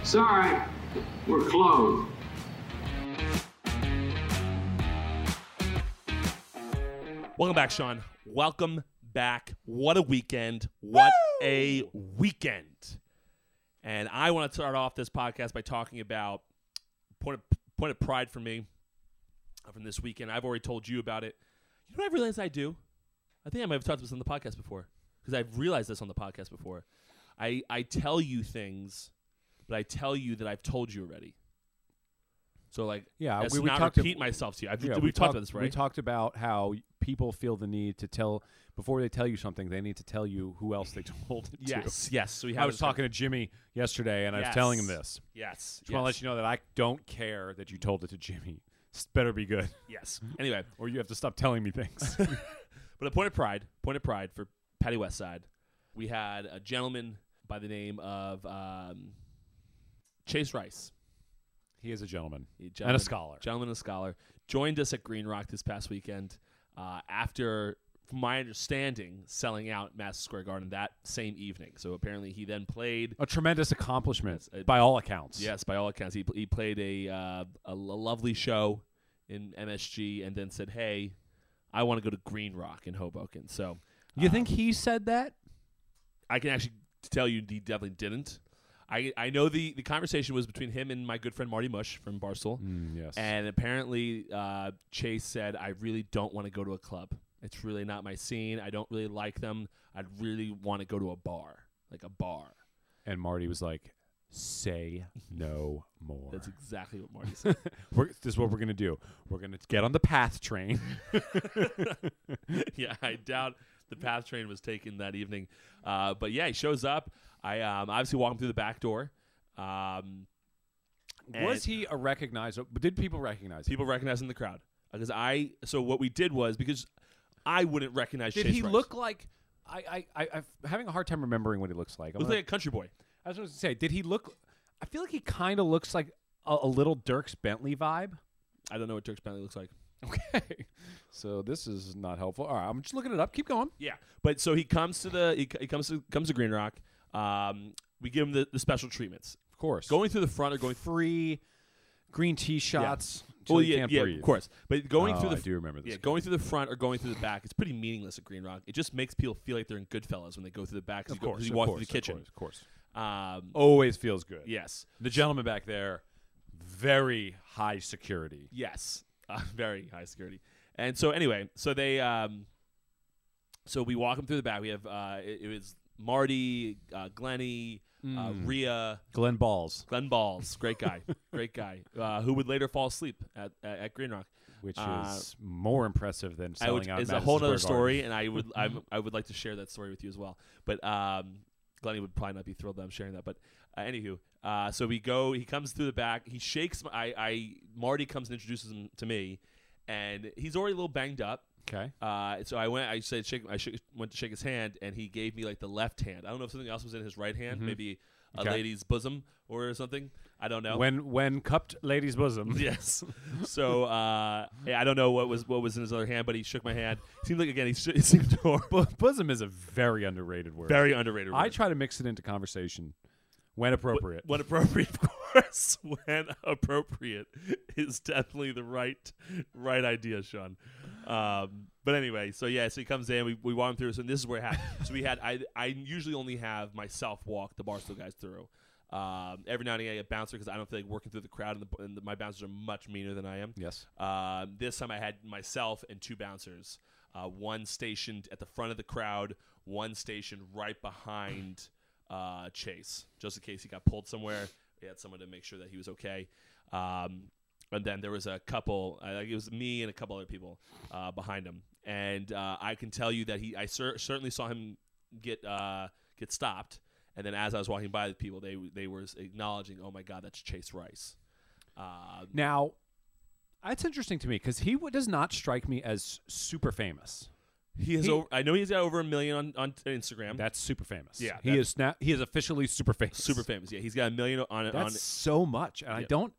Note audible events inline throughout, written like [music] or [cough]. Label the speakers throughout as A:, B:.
A: It's all right. We're closed.
B: Welcome back, Sean. Welcome back. What a weekend. What a weekend. And I want to start off this podcast by talking about point of, point of pride for me uh, from this weekend. I've already told you about it. You know what I realized I do? I think I might have talked about this on the podcast before because I've realized this on the podcast before. I, I tell you things, but I tell you that I've told you already. So like,
C: Yeah,
B: as
C: we-
B: to
C: we
B: not
C: talked ab-
B: repeat myself to you. I've,
C: Yeah,
B: we've talked about this, right?
C: We talked about how people feel the need to tell before they tell you something, they need to tell you who else they [laughs] told it to.
B: yes, yes. So we have
C: I was
B: this con-
C: talking to Jimmy yesterday, and I was telling him
B: Yes.
C: this.
B: Yes.
C: Just want to let you know that I don't care that you told it to Jimmy. This better be good, [laughs]
B: Yes.
C: Mm-hmm.
B: Anyway,
C: or you have to stop telling
B: [laughs]
C: me things.
B: but a point of pride, point of pride for Patty Westside. We had a gentleman by the name of um, Chase Rice,
C: he is a gentleman
B: a
C: and
B: gentleman-
C: a scholar.
B: Gentleman and a scholar joined us at Green Rock this past weekend uh, after, from my understanding, selling out Madison Square Garden that same evening. So apparently he then played.
C: A tremendous accomplishment
B: Yes, I-
C: by all accounts.
B: Yes, by all accounts, he, pl- he played a, uh, a l- lovely show in MSG and then said, "Hey, I want to go to Green Rock in Hoboken." So
C: You think he said that?
B: I can actually tell you he definitely didn't. I I know the the conversation was between him and my good friend Marty Mush from Barstool,
C: yes.
B: and apparently uh, Chase said, "I really don't want to go to a club. It's really not my scene. I don't really like them. I'd really want to go to a bar, like a bar."
C: And Marty was like, "Say no
B: [laughs]
C: more."
B: That's exactly what Marty said.
C: We're, this is what we're gonna do. We're gonna get on the
B: [laughs]
C: path train.
B: yeah, I doubt the path train was taken that evening. Uh, but yeah, he shows up. I um, obviously walk him through the back door. Um, and-
C: was he a recognizable? Did people recognize him?
B: people recognize him in the crowd because I. So what we did was because I wouldn't recognize.
C: Did
B: Chase
C: he
B: Rice.
C: look like? I I I I'm having a hard time remembering what he looks like. I'm
B: Looked
C: gonna-
B: like a country boy.
C: I was going to say, did he look? I feel like he kind of looks like a, a little Dirks Bentley
B: [laughs]
C: vibe.
B: I don't know what Dirk Bentley looks like.
C: Okay, so this is not helpful. All right, I'm just looking it up. Keep going.
B: Yeah, but so he comes to the he, he comes to comes to Green Rock. Um, we give him the, the special treatments.
C: Of course,
B: Going through the front or going through.
C: free green tea shots. until
B: Well,
C: you
B: yeah,
C: can't
B: yeah,
C: breathe.
B: of course. But going
C: Oh,
B: through the
C: I do remember this
B: Yeah,
C: guy.
B: going through the front or going through the back, it's pretty meaningless at Green Rock. It just makes people feel like they're in Goodfellas when they go through the back. 'cause you
C: Of
B: go- 'cause
C: course,
B: you
C: of
B: walk
C: course,
B: through
C: of
B: the kitchen.
C: course, Oh. of course.
B: Um,
C: Always feels good.
B: yes,
C: The gentleman back there, very high security.
B: Yes, [laughs] uh, very high security. And so anyway, so they, um, so we walk them through the back. We have uh, it, it was Marty, uh, Glenny, uh,
C: Hmm.
B: Rhea,
C: Glenn Balls,
B: Glenn Balls, great guy, great guy, uh, who would later fall asleep at at, at Green Rock.
C: which
B: Uh,
C: is more impressive than
B: I
C: selling
B: would,
C: out.
B: is a
C: Madison
B: whole other
C: Square Garden.
B: story, and
C: [laughs]
B: I would I'm, I would like to share that story with you as well. But um, Glenny would probably not be thrilled that I'm sharing that. But uh, anywho, uh, so we go. He comes through the back. He shakes. My, I, I Marty comes and introduces him to me, and he's already a little banged up.
C: Okay.
B: Uh, so I went. I said, shake, I shook, went to shake his hand, and he gave me like the left hand. I don't know if something else was in his right hand, maybe a
C: Mm-hmm. Okay.
B: lady's bosom or something. I don't know.
C: When when cupped lady's bosom.
B: [laughs]
C: [laughs]
B: Yes. So uh, yeah, I don't know what was what was in his other hand, but he shook my hand. Seemed like again he, sh- he seemed [laughs] horrible.
C: Bo- bosom is a very underrated word.
B: Very underrated.
C: I
B: word.
C: try to mix it into conversation when appropriate.
B: When appropriate, [laughs] of course. When appropriate is definitely the right right idea, Sean. Um, but anyway, so yeah, so he comes in, we, we walk him through, so this is where it happened. [laughs] so we had I I usually only have myself walk the barstool guys through. Um, every now and again, I get a bouncer because I don't feel like working through the crowd, and, the, and the, my bouncers are much meaner than I am.
C: Yes.
B: Um, this time I had myself and two bouncers, uh, one stationed at the front of the crowd, one stationed right behind uh, Chase, just in case he got pulled somewhere. We had someone to make sure that he was okay. Um, and then there was a couple, I think it was me and a couple other people uh, behind him. And uh, I can tell you that he, I cer- certainly saw him get uh, get stopped. And then as I was walking by the people, they they were acknowledging, "Oh my God, that's Chase Rice." Uh,
C: Now, that's interesting to me because he w- does not strike me as super famous.
B: He has.
C: He-
B: over, I know he's got over a million on, on Instagram.
C: That's super famous.
B: Um, Yeah,
C: He
B: that-
C: is now. He is officially super famous.
B: super famous. Yeah, he's got a million on.
C: That's
B: on
C: so much, and I
B: Yeah.
C: don't.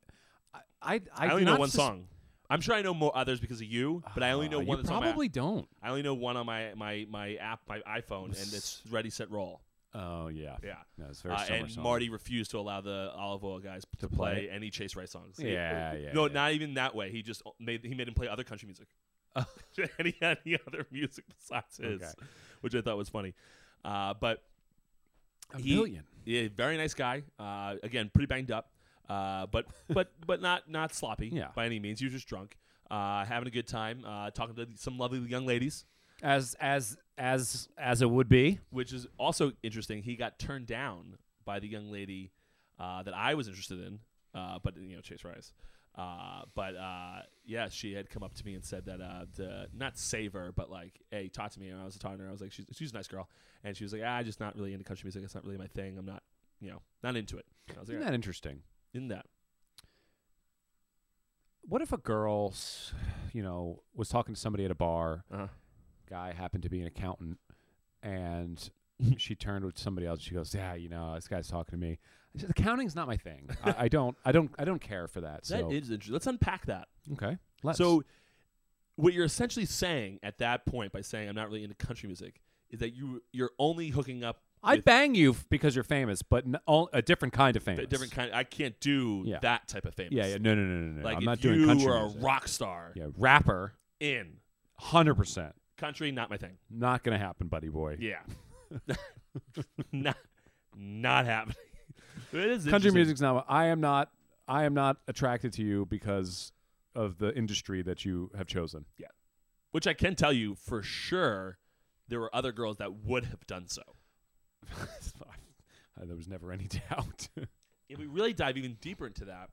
C: I I,
B: I,
C: do
B: only know
C: not
B: one
C: sus-
B: song. I'm sure I know more others because of you, but I only know
C: Uh,
B: one.
C: You
B: that's on my-
C: probably don't.
B: I only know one on my my my app, my iPhone, and it's Ready Set Roll.
C: Oh yeah.
B: Yeah.
C: No, it's very
B: Uh,
C: summer
B: and
C: song.
B: Marty refused to allow the olive oil guys p- to, play,
C: play
B: any Chase Rice songs. He-
C: Yeah, yeah.
B: no,
C: yeah.
B: not even that way. He just made he made him play other country music, [laughs] any any other music besides his,
C: Oh. Okay.
B: which I thought was funny. Uh, but
C: a
B: he-
C: million.
B: yeah, very nice guy. Uh, again, pretty banged up, uh, but
C: [laughs]
B: but but not not sloppy
C: Yeah.
B: by any means. He was just drunk, uh, having a good time, uh, talking to some lovely young ladies,
C: As as as as it would be.
B: which is also interesting. He got turned down by the young lady uh, that I was interested in, uh, but you know Chase Rice. Uh, but uh, yeah, she had come up to me and said that uh, to not save her, but like, hey, talk to me. And I was talking to her. I was like, she's, she's a nice girl, and she was like, ah, just not really into country music. It's not really my thing. I'm not, you know, not into it. And I was like,
C: Isn't that interesting?
B: in that.
C: What if a girl, s- you know, was talking to somebody at a bar?
B: Uh-huh.
C: Guy happened to be an accountant,
B: [laughs]
C: and she turned with somebody else. She goes, "Yeah, you know, this guy's talking to me." I said, Accounting's not my thing. I, I don't, I don't, I don't care
B: [laughs]
C: for that.
B: That
C: So
B: is interesting. Let's unpack that.
C: okay, let's.
B: So, what you're essentially saying at that point by saying I'm not really into country music is that you you're only hooking up
C: I'd
B: with
C: bang you f- because you're famous, but n- all, a different kind of famous.
B: a different kind. I can't do
C: Yeah.
B: that type of famous.
C: Yeah, yeah, no, no, no, no, no.
B: Like
C: I'm
B: if
C: not doing
B: you
C: country
B: were
C: music.
B: a rock star
C: yeah, rapper,
B: in
C: hundred percent,
B: country, not my thing.
C: not gonna happen, buddy boy.
B: Yeah, [laughs] not not happening. [laughs] It is
C: country
B: interesting.
C: music's not. I am not. I am not attracted to you because of the industry that you have chosen. [laughs]
B: which I can tell you for sure, there were other girls that would have done so.
C: there was never any [laughs] doubt.
B: if we really dive even deeper into that,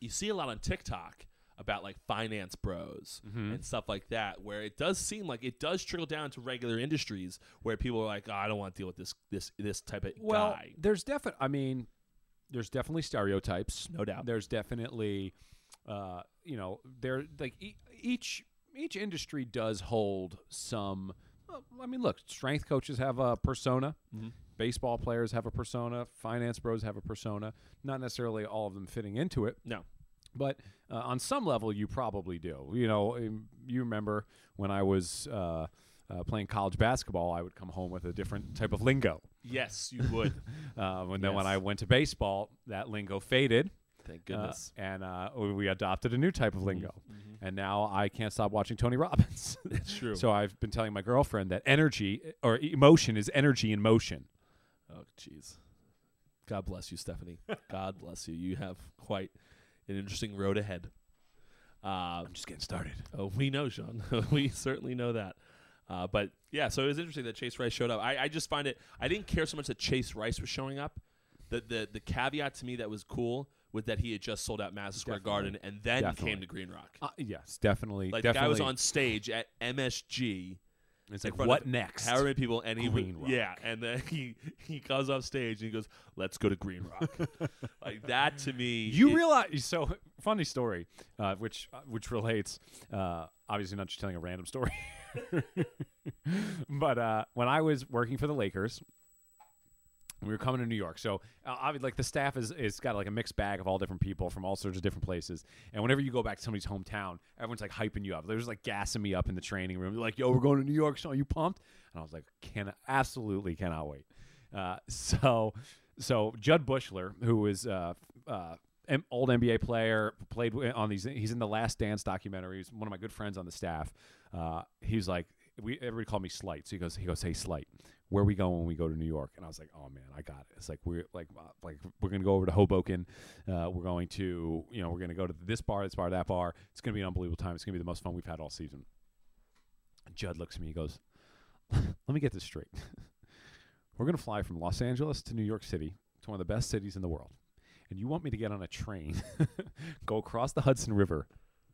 B: you see a lot on TikTok about like finance bros and stuff like that, where it does seem like it does trickle down to regular industries where people are like, oh, I don't want to deal with this this this type of
C: well,
B: guy.
C: there's definitely. I mean, there's definitely stereotypes,
B: No doubt.
C: There's definitely, uh, you know, there like e- each each industry does hold some. well, I mean, look, strength coaches have a persona.
B: Mm-hmm.
C: Baseball players have a persona. Finance bros have a persona. Not necessarily all of them fitting into it,
B: No.
C: but uh, on some level you probably do you know um, you remember when i was uh, uh, playing college basketball i would come home with a different type of lingo
B: Yes, [laughs] you would.
C: uh, and then when
B: Yes.
C: i went to baseball that lingo faded
B: Thank
C: uh,
B: goodness. Mm-hmm.
C: and uh, we adopted a new type of lingo and now i can't stop watching tony [laughs] robbins
B: That's true.
C: so i've been telling my girlfriend that energy eh, or emotion is energy in motion
B: oh, jeez. God bless you, Stephanie. God bless you. You have quite an interesting road ahead. Uh,
C: i'm just getting started
B: Oh, we know, Sean. [laughs] we certainly know that. Uh, but yeah, so it was interesting that Chase Rice showed up. I, I just find it. I didn't care so much that Chase Rice was showing up. The the the caveat to me that was cool was that he had just sold out Madison Square
C: Definitely.
B: Garden and then
C: Definitely.
B: came to Green Rock.
C: uh, yes definitely
B: Like the
C: definitely
B: guy was on stage at MSG.
C: it's
B: in
C: like
B: front
C: what
B: of
C: next
B: However many people, and he would-
C: Green Rock.
B: yeah, and then [laughs] he he comes off stage and he goes, "Let's go to Green
C: [laughs]
B: Rock." like that to me,
C: You
B: it-
C: realize so [laughs] funny story, uh, which uh, which relates. Uh, obviously, not just telling a random story. [laughs] but uh, when I was working for the Lakers, we were coming to New York. So uh, obviously, like the staff is is got like a mixed bag of all different people from all sorts of different places. And whenever you go back to somebody's hometown, everyone's like hyping you up. They was like gassing me up in the training room. They're like, "Yo, we're going to New York. So are you pumped?" And I was like, "Can absolutely cannot wait." Uh, [laughs] so so Judd Bushler, who was uh, uh, M- old NBA player, played wi- on these. He's in the Last Dance documentary. He's one of my good friends on the staff. Uh, he's like, we everybody called me Slight. So he goes, he goes, hey Slight, where we going when we go to New York? And I was like, oh man, I got it. It's like we're like uh, like we're gonna go over to Hoboken. Uh, we're going to you know we're gonna go to this bar, this bar, that bar. It's gonna be an unbelievable time. It's gonna be the most fun we've had all season. Judd looks at me. He goes, [laughs] let me get this straight. [laughs] We're going to fly from Los Angeles to New York City. It's one of the best cities in the world. And you want me to get on a train, [laughs] go across the Hudson River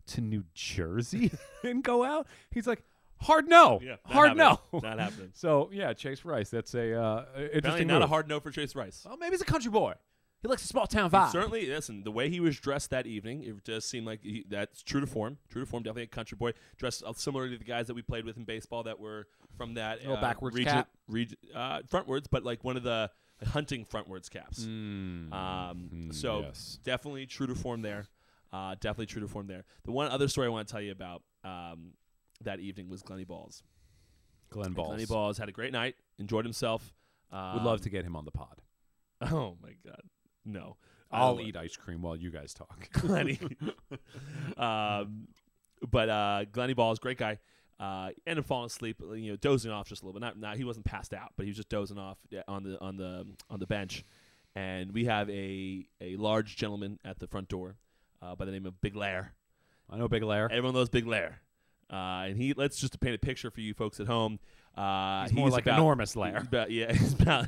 C: to New Jersey [laughs] and go out? He's like, hard no.
B: Yeah, not
C: hard
B: happening.
C: no.
B: Not happening.
C: [laughs] So, yeah, Chase Rice, that's a uh, interesting
B: apparently not a
C: move.
B: hard no for Chase Rice.
C: Well, maybe he's a country boy. He likes a small town
B: He
C: vibe.
B: Certainly, listen. The way he was dressed that evening, it does seem like he, that's true to form. True to form, definitely a country boy, dressed uh, similar to the guys that we played with in baseball that were from that
C: Little backwards
B: region,
C: cap.
B: region- uh, frontwards, but like one of the hunting frontwards caps. Um, so
C: Hmm, Mm-hmm. yes.
B: definitely true to form there. Uh, definitely true to form there. The one other story I want to tell you about um, that evening was Glenny Balls.
C: Glenn Balls.
B: Glenny Balls had a great night, enjoyed himself. Um,
C: Would love to get him on the pod.
B: [laughs] Oh my god, no!
C: I'll
B: Uh,
C: eat ice cream while you guys
B: [laughs]
C: talk.
B: Glenny. um, but uh, Glenny Ball is a great guy. Uh, ended up falling asleep, you know, dozing off just a little bit. Not, not he wasn't passed out, but he was just dozing off yeah, on the on the on the bench. And we have a a large gentleman at the front door uh, by the name of Big Lair.
C: I know Big Lair.
B: Everyone knows Big Lair. Uh, and he let's just to paint a picture for you folks at home. Uh,
C: He's more like
B: about,
C: enormous Lair.
B: He's about, yeah, [laughs] he's about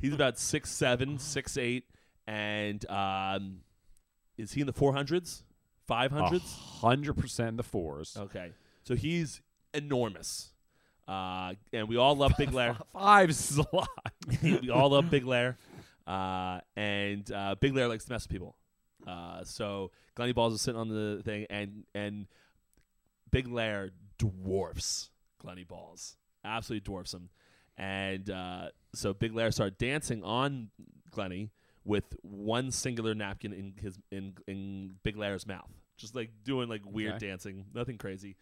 B: he's about six seven, six eight, and um, is he in the four hundreds, five hundreds?
C: hundred Oh, percent the fours.
B: Okay, so he's enormous, uh, and we all love Big Lair.
C: Five [laughs] is a lot.
B: we [laughs] all love Big Lair, uh, and uh, Big Lair likes to mess with people. Uh, so Glenny Balls is sitting on the thing, and and Big Lair dwarfs Glenny Balls, absolutely dwarfs him, and uh, so Big Lair started dancing on Glenny with one singular napkin in his in in Big Lair's mouth, just like doing like weird
C: Okay.
B: dancing, nothing crazy.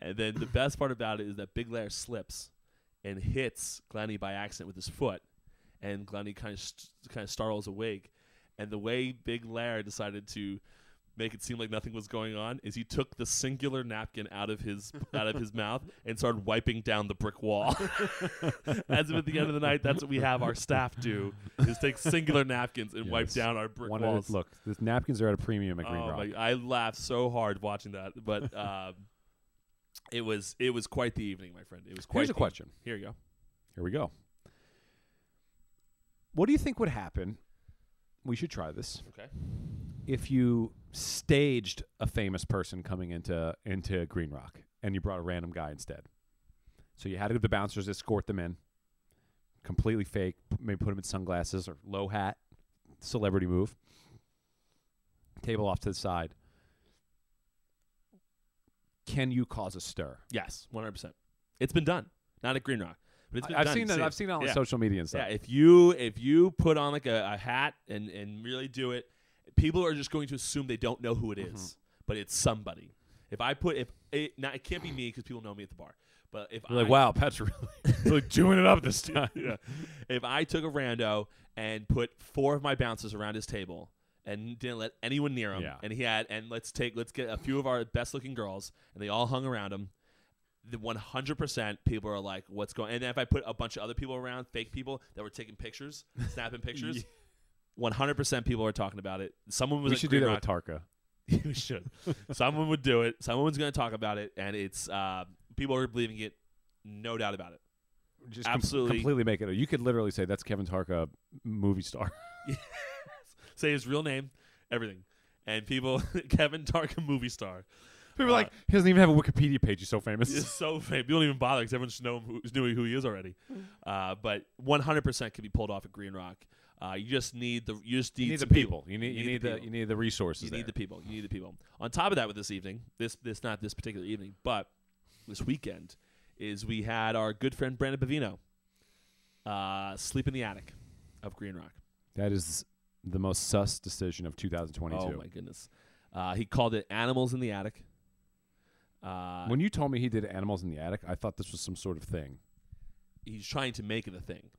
B: And then the best part about it is that Big Lair slips and hits Glenny by accident with his foot, and Glenny kind of st- kind of startles awake. And the way Big Lair decided to make it seem like nothing was going on is he took the singular napkin out of his out of his mouth and started wiping down the brick wall. [laughs] As if at the end of the night, that's what we have our staff do: is take singular napkins and wipe
C: Yes.
B: down our brick
C: One of
B: walls.
C: the, look, the napkins are at a premium at Green
B: Oh
C: Rock.
B: my- I laughed so hard watching that,
C: [laughs]
B: but um, it was it was quite the evening, my friend. It was quite.
C: Here's a
B: the-
C: question.
B: Here you go.
C: Here we go. What do you think would happen? We should try this.
B: Okay.
C: If you staged a famous person coming into into Green Rock and you brought a random guy instead. So you had to have the bouncers escort them in. Completely fake, p- maybe put them in sunglasses or low hat, celebrity move. Table off to the side. Can you cause a stir?
B: Yes, one hundred percent. It's been done. Not at Green Rock, but it's been
C: I- I've
B: done.
C: seen
B: You
C: that.
B: see
C: I've seen that on
B: yeah.
C: social media and stuff.
B: Yeah, if you if you put on like a, a hat and and really do it, people are just going to assume they don't know who it
C: Mm-hmm.
B: is, but it's somebody. If I put if it, now it can't be me because people know me at the bar. But if
C: You're
B: I, [laughs]
C: like, wow, [laughs] Pat's really, really doing it up this time. [laughs]
B: yeah. If I took a rando and put four of my bouncers around his table and didn't let anyone near him,
C: Yeah.
B: and he had, and let's take, let's get a few of our best looking girls, and they all hung around him. The 100% people are like, what's going? And then if I put a bunch of other people around, fake people that were taking pictures, snapping
C: [laughs]
B: pictures, 100% people are talking about it. Someone was
C: We
B: at
C: should do
B: Green
C: that
B: Rock
C: with Tarka.
B: [laughs] you should. Someone would do it. Someone's going to talk about it, and it's uh, people are believing it, no doubt about it.
C: Just com-
B: Absolutely.
C: completely make it. You could literally say that's Kevin Tarka, movie star. [laughs]
B: Say his real name, everything, and people. [laughs] Kevin Tarkin, movie star,
C: People are like he doesn't even have a Wikipedia page. He's so [laughs] famous.
B: is so famous. You don't even bother because everyone just know who, knew who he is already.
C: Mm.
B: Uh, but 100% can be pulled off at Green Rock. Uh, you just need the you just need,
C: you need the
B: some
C: people. You need, you
B: the
C: need the
B: people.
C: you need the resources.
B: You
C: there.
B: need the people. You need the people. On top of that, with this evening, this this not this particular evening, but this weekend is we had our good friend Brandon Bavino uh, sleep in the attic of Green Rock.
C: that is the most sus decision of 2022.
B: Oh my goodness! Uh, he called it animals in the attic. Uh,
C: when you told me he did animals in the attic, I thought this was some sort of thing.
B: he's trying to make it a thing.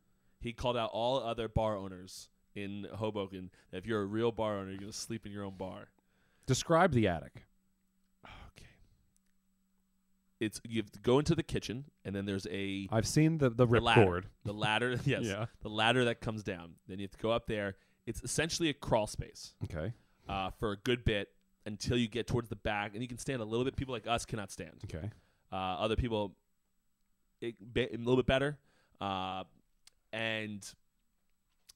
B: He called out all other bar owners in Hoboken that if you're a real bar owner, you're gonna sleep in your own bar.
C: Describe the attic.
B: Okay. It's you have to go into the kitchen and then there's a
C: I've seen the the
B: the
C: ripcord.
B: ladder. The ladder, [laughs] yes,
C: Yeah.
B: the ladder that comes down. Then you have to go up there. It's essentially a crawl space
C: Okay.
B: uh, for a good bit until you get towards the back, and you can stand a little bit. People like us cannot stand.
C: Okay.
B: Uh, other people, it, be, a little bit better. Uh, and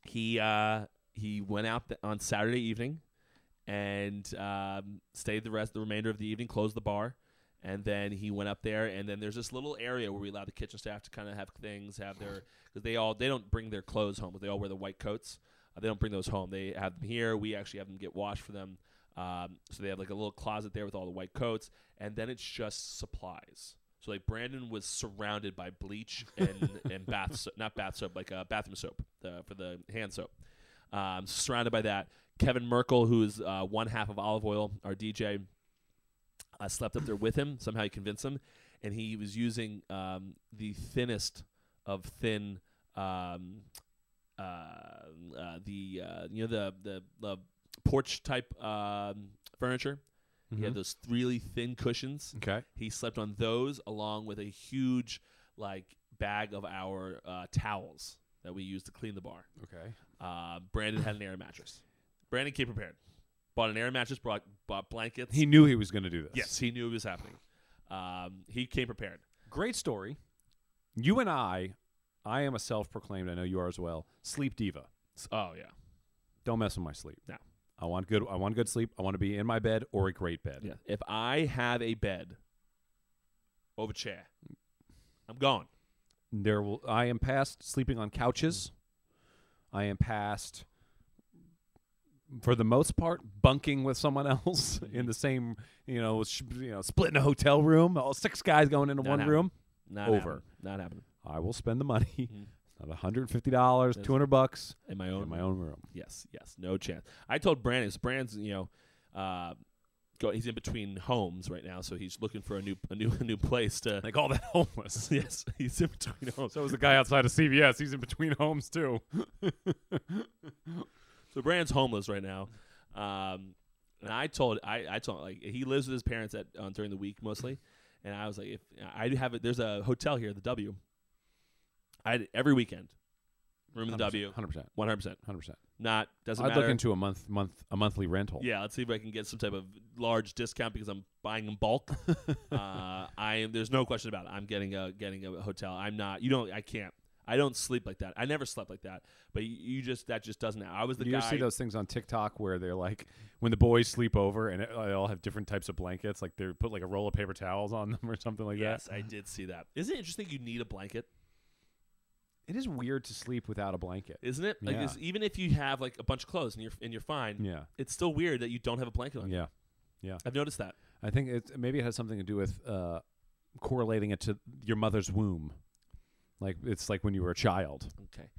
B: he uh, he went out th- on Saturday evening and um, stayed the rest the remainder of the evening, closed the bar, and then he went up there. And then there's this little area where we allow the kitchen staff to kind of have things, have their because they all they don't bring their clothes home, but they all wear the white coats. Uh, they don't bring those home. They have them here. We actually have them get washed for them. Um, so they have like a little closet there with all the white coats, and then it's just supplies. So like Brandon was surrounded by bleach and and bath soap, not bath soap, like uh, bathroom soap uh, for the hand soap. Um, surrounded by that, Kevin Merkel, who is uh, one half of Olive Oil, our DJ, uh, slept up there with him. Somehow he convinced him, and he was using um, the thinnest of thin um, uh, uh, the uh, you know the the, the porch type um, furniture. He had those really thin cushions.
C: Okay.
B: He slept on those along with a huge like bag of our uh, towels that we used to clean the bar.
C: Okay.
B: Uh, Brandon had an air mattress. Brandon came prepared. Bought an air mattress. Brought bought blankets.
C: He knew he was going to do this.
B: yes, he knew it was happening. Um, he came prepared.
C: Great story. You and I, I am a self-proclaimed. I know you are as well. Sleep diva.
B: S- oh yeah,
C: Don't mess with my sleep.
B: No.
C: I want good. I want good sleep. I want to be in my bed or a great bed.
B: yeah. If I have a bed over chair, I'm gone.
C: There will. I am past sleeping on couches. I am past, for the most part, bunking with someone else [laughs] in the same. You know, sh- you know, splitting a hotel room. All six guys going into
B: Not
C: one
B: happening.
C: room.
B: Not
C: Over.
B: happening. Not happening.
C: I will spend the money.
B: Mhm.
C: Not Not $150,
B: That's-
C: 200 bucks
B: In my own.
C: in my own room.
B: Yes. Yes. No chance. I told Brandon. 'cause Brandon's you know. Uh, Go, he's in between homes right now, so he's looking for a new a new a new place to.
C: Like all that
B: [laughs]
C: homeless.
B: yes, he's in
C: [laughs]
B: between homes.
C: So is the guy outside of CVS. He's in between homes too.
B: So Brandon's homeless right now, um, and I told I, I told like he lives with his parents at um, during the week mostly, and I was like if I have it, there's a hotel here, the W. I every weekend, room in the W,
C: Hundred percent.
B: one hundred percent.
C: Hundred percent.
B: Not doesn't
C: I'd
B: matter.
C: look into a month, month, a monthly rental.
B: yeah, let's see if I can get some type of large discount because I'm buying in
C: [laughs]
B: bulk. uh, I am. There's no question about it. I'm getting a getting a hotel. I'm not. You don't. I can't. I don't sleep like that. I never slept like that. But you, you just that just doesn't. I was the
C: Do you
B: guy.
C: ever see those things on TikTok where they're like, when the boys sleep over and it, they all have different types of blankets, like they put like a roll of paper towels on them [laughs] or something like
B: Yes, I did see that. Isn't it interesting? You need a blanket,
C: that. It is weird to sleep without a blanket.
B: isn't it? Like
C: Yeah.
B: it's- even if you have like a bunch of clothes and you're and you're fine,
C: Yeah,
B: it's still weird that you don't have a blanket on.
C: yeah.
B: I've noticed that.
C: I think it maybe it has something to do with uh, correlating it to your mother's womb. Like it's like when you were a child.
B: Okay.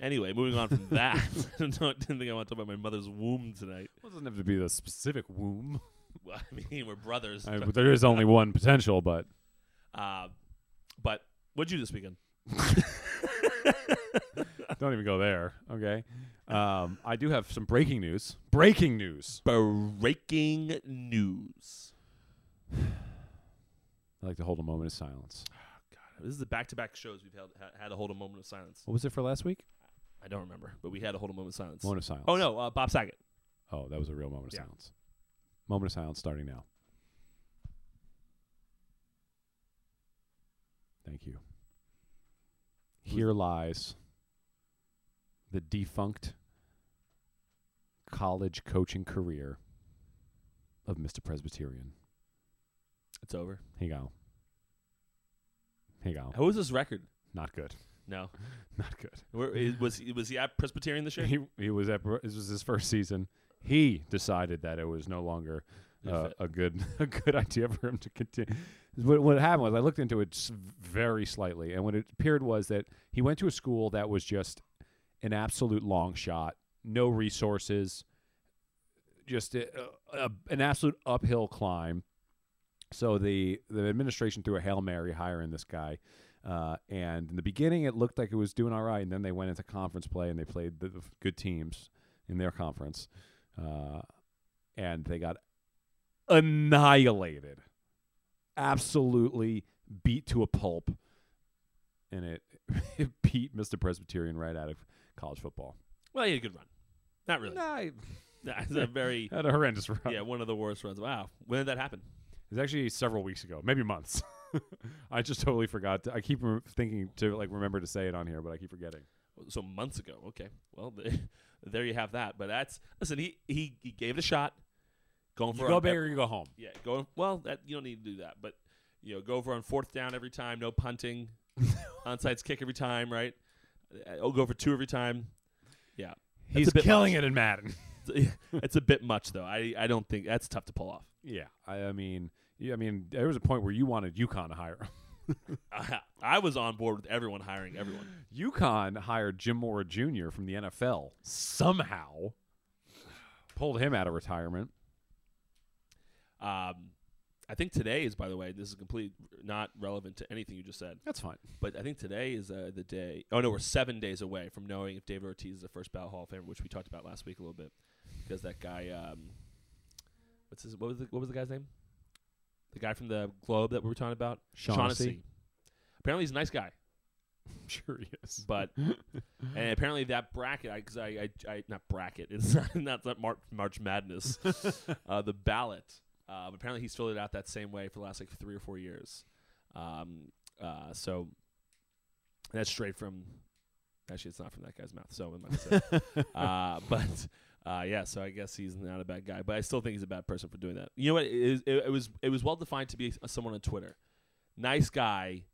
B: Anyway, moving on from that. [laughs] I don't- didn't think I want to talk about my mother's womb tonight. [laughs]
C: Well, it doesn't have to be the specific womb.
B: Well, I mean, we're brothers.
C: I, there is only one potential, but
B: [laughs] Uh, but what'd you do this weekend?
C: don't even go there. [laughs] Okay. Um, I do have some breaking news. Breaking news.
B: Breaking news.
C: I like to hold a moment of silence.
B: God, this is the back-to-back shows we've held, ha- had to hold a moment of silence.
C: What was it for last week?
B: I don't remember, but we had to hold a moment of silence.
C: Moment of silence.
B: Oh no, uh, Bob Saget.
C: Oh, that was a real moment of
B: Yeah.
C: silence. Moment of silence starting now. Thank you. Here lies the defunct college coaching career of Mr. Presbyterian.
B: It's over.
C: Here you go. Here you go.
B: How was this record?
C: Not good.
B: No.
C: Not good.
B: Where, is, was he- was he at Presbyterian this year?
C: He he was at this was his first season. He decided that it was no longer
B: Good
C: uh,
B: fit.
C: a good [laughs] a good idea for him to continue. What, what happened was I looked into it s- very slightly, and what it appeared was that he went to a school that was just an absolute long shot, no resources, just a, a, an absolute uphill climb. So the the administration threw a hail mary hiring this guy, uh, and in the beginning it looked like it was doing all right, and then they went into conference play and they played the, the good teams in their conference, uh, and they got annihilated, absolutely beat to a pulp, and it [laughs] it beat Mr. Presbyterian right out of college football.
B: Well, he had a good run. Not really.
C: Nah, it
B: [laughs] That's a very
C: [laughs] had a horrendous run.
B: yeah, one of the worst runs. Wow. When did that happen?
C: It's actually several weeks ago, maybe months. [laughs] I just totally forgot. To, I keep re- thinking to like remember to say it on here, but I keep forgetting.
B: So months ago. Okay. Well, [laughs] th- there you have that. But that's listen. He he, he gave it a shot. Going for
C: You go
B: on-
C: big or you go home.
B: Yeah. Going well. That you don't need to do that. But you know, go for on fourth down every time. No
C: [laughs]
B: punting. Onside's kick every time. Right. Uh, Oh, go for two every time. Yeah. That's a bit much.
C: it in Madden. [laughs]
B: [laughs] It's a bit much though. I I don't think that's tough to pull off.
C: yeah, I, I mean, yeah, I mean, there was a point where you wanted UConn to hire him.
B: I was on board with everyone hiring everyone.
C: UConn hired Jim Mora Jr. from the NFL somehow, pulled him out of retirement.
B: Um, I I think today is, by the way, this is complete not relevant to anything you just said.
C: That's fine.
B: But I think today is uh, the day. Oh no, we're seven days away from knowing if David Ortiz is the first ballot Hall of Famer, which we talked about last week a little bit, because that guy. Um, what's his? What was the, what was the guy's name? The guy from the Globe that we were talking about,
C: Shaughnessy.
B: Apparently, he's a nice guy,
C: I'm [laughs] sure he is.
B: but and apparently that bracket, I, cause I, I, I, not bracket, [laughs] it's not not, not March, March Madness, uh, the ballot. Uh, but apparently, he's filled it out that same way for the last like three or four years. Um, uh, so that's straight from. Actually, it's not from that guy's mouth. So what am I gonna say? uh, but uh, yeah, so I guess he's not a bad guy, but I still think he's a bad person for doing that. You know what? It, is- it, it was it was well defined to be someone on Twitter, nice guy,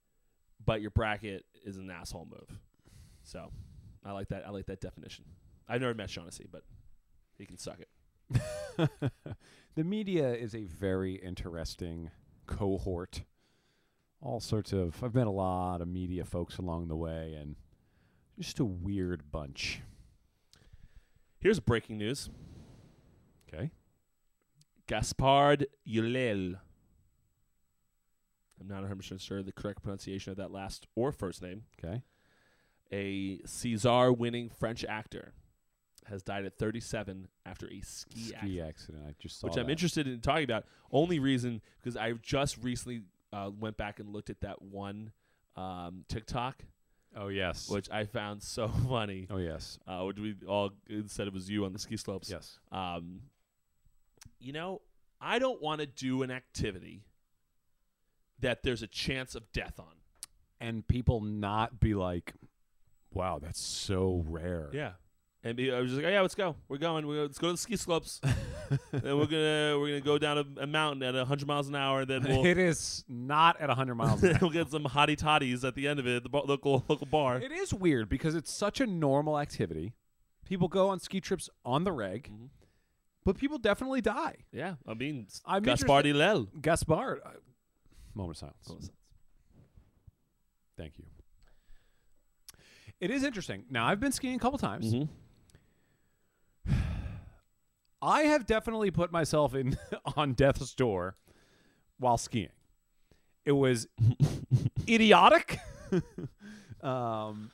B: but your bracket is an asshole move. So I like that. I like that definition. I've never met Shaughnessy, but he can suck it.
C: the media is a very interesting cohort. All sorts of. I've met a lot of media folks along the way, and just a weird bunch.
B: Here's breaking news:
C: Okay.
B: Gaspard Ulel. I'm not 100 percent sure the correct pronunciation of that last or first name.
C: Okay.
B: A César-winning French actor has died at 37 after a ski,
C: Ski
B: accident.
C: accident. I just saw.
B: which I'm
C: that.
B: interested in talking about. Only reason because I just recently uh, went back and looked at that one um, TikTok,
C: Oh yes.
B: which I found so [laughs] funny.
C: oh yes.
B: Uh, which we all said it was you on the ski slopes.
C: Yes.
B: Um, you know, I don't want to do an activity that there's a chance of death on.
C: And people not be like, "Wow, that's so rare."
B: Yeah. And be, I was just like, oh, yeah, let's go. We're going. We're, let's go to the ski slopes.
C: [laughs]
B: and we're gonna we're gonna go down a, a mountain at hundred miles an hour.
C: [laughs]
B: Then we'll
C: it is not at 100 miles [laughs] an hour.
B: [laughs] we'll get some hottie toddies at the end of it at the bar, local local bar.
C: It is weird because it's such a normal activity. People go on ski trips on the reg,
B: Mhm.
C: but people definitely die.
B: Yeah, I mean,
C: I'm
B: Gaspardi Lel.
C: Gaspard. uh, moment of silence. Thank you. It is interesting. Now, I've been skiing a couple times.
B: Mhm.
C: I have definitely put myself in [laughs] on death's door while skiing. It was [laughs] idiotic. [laughs] um,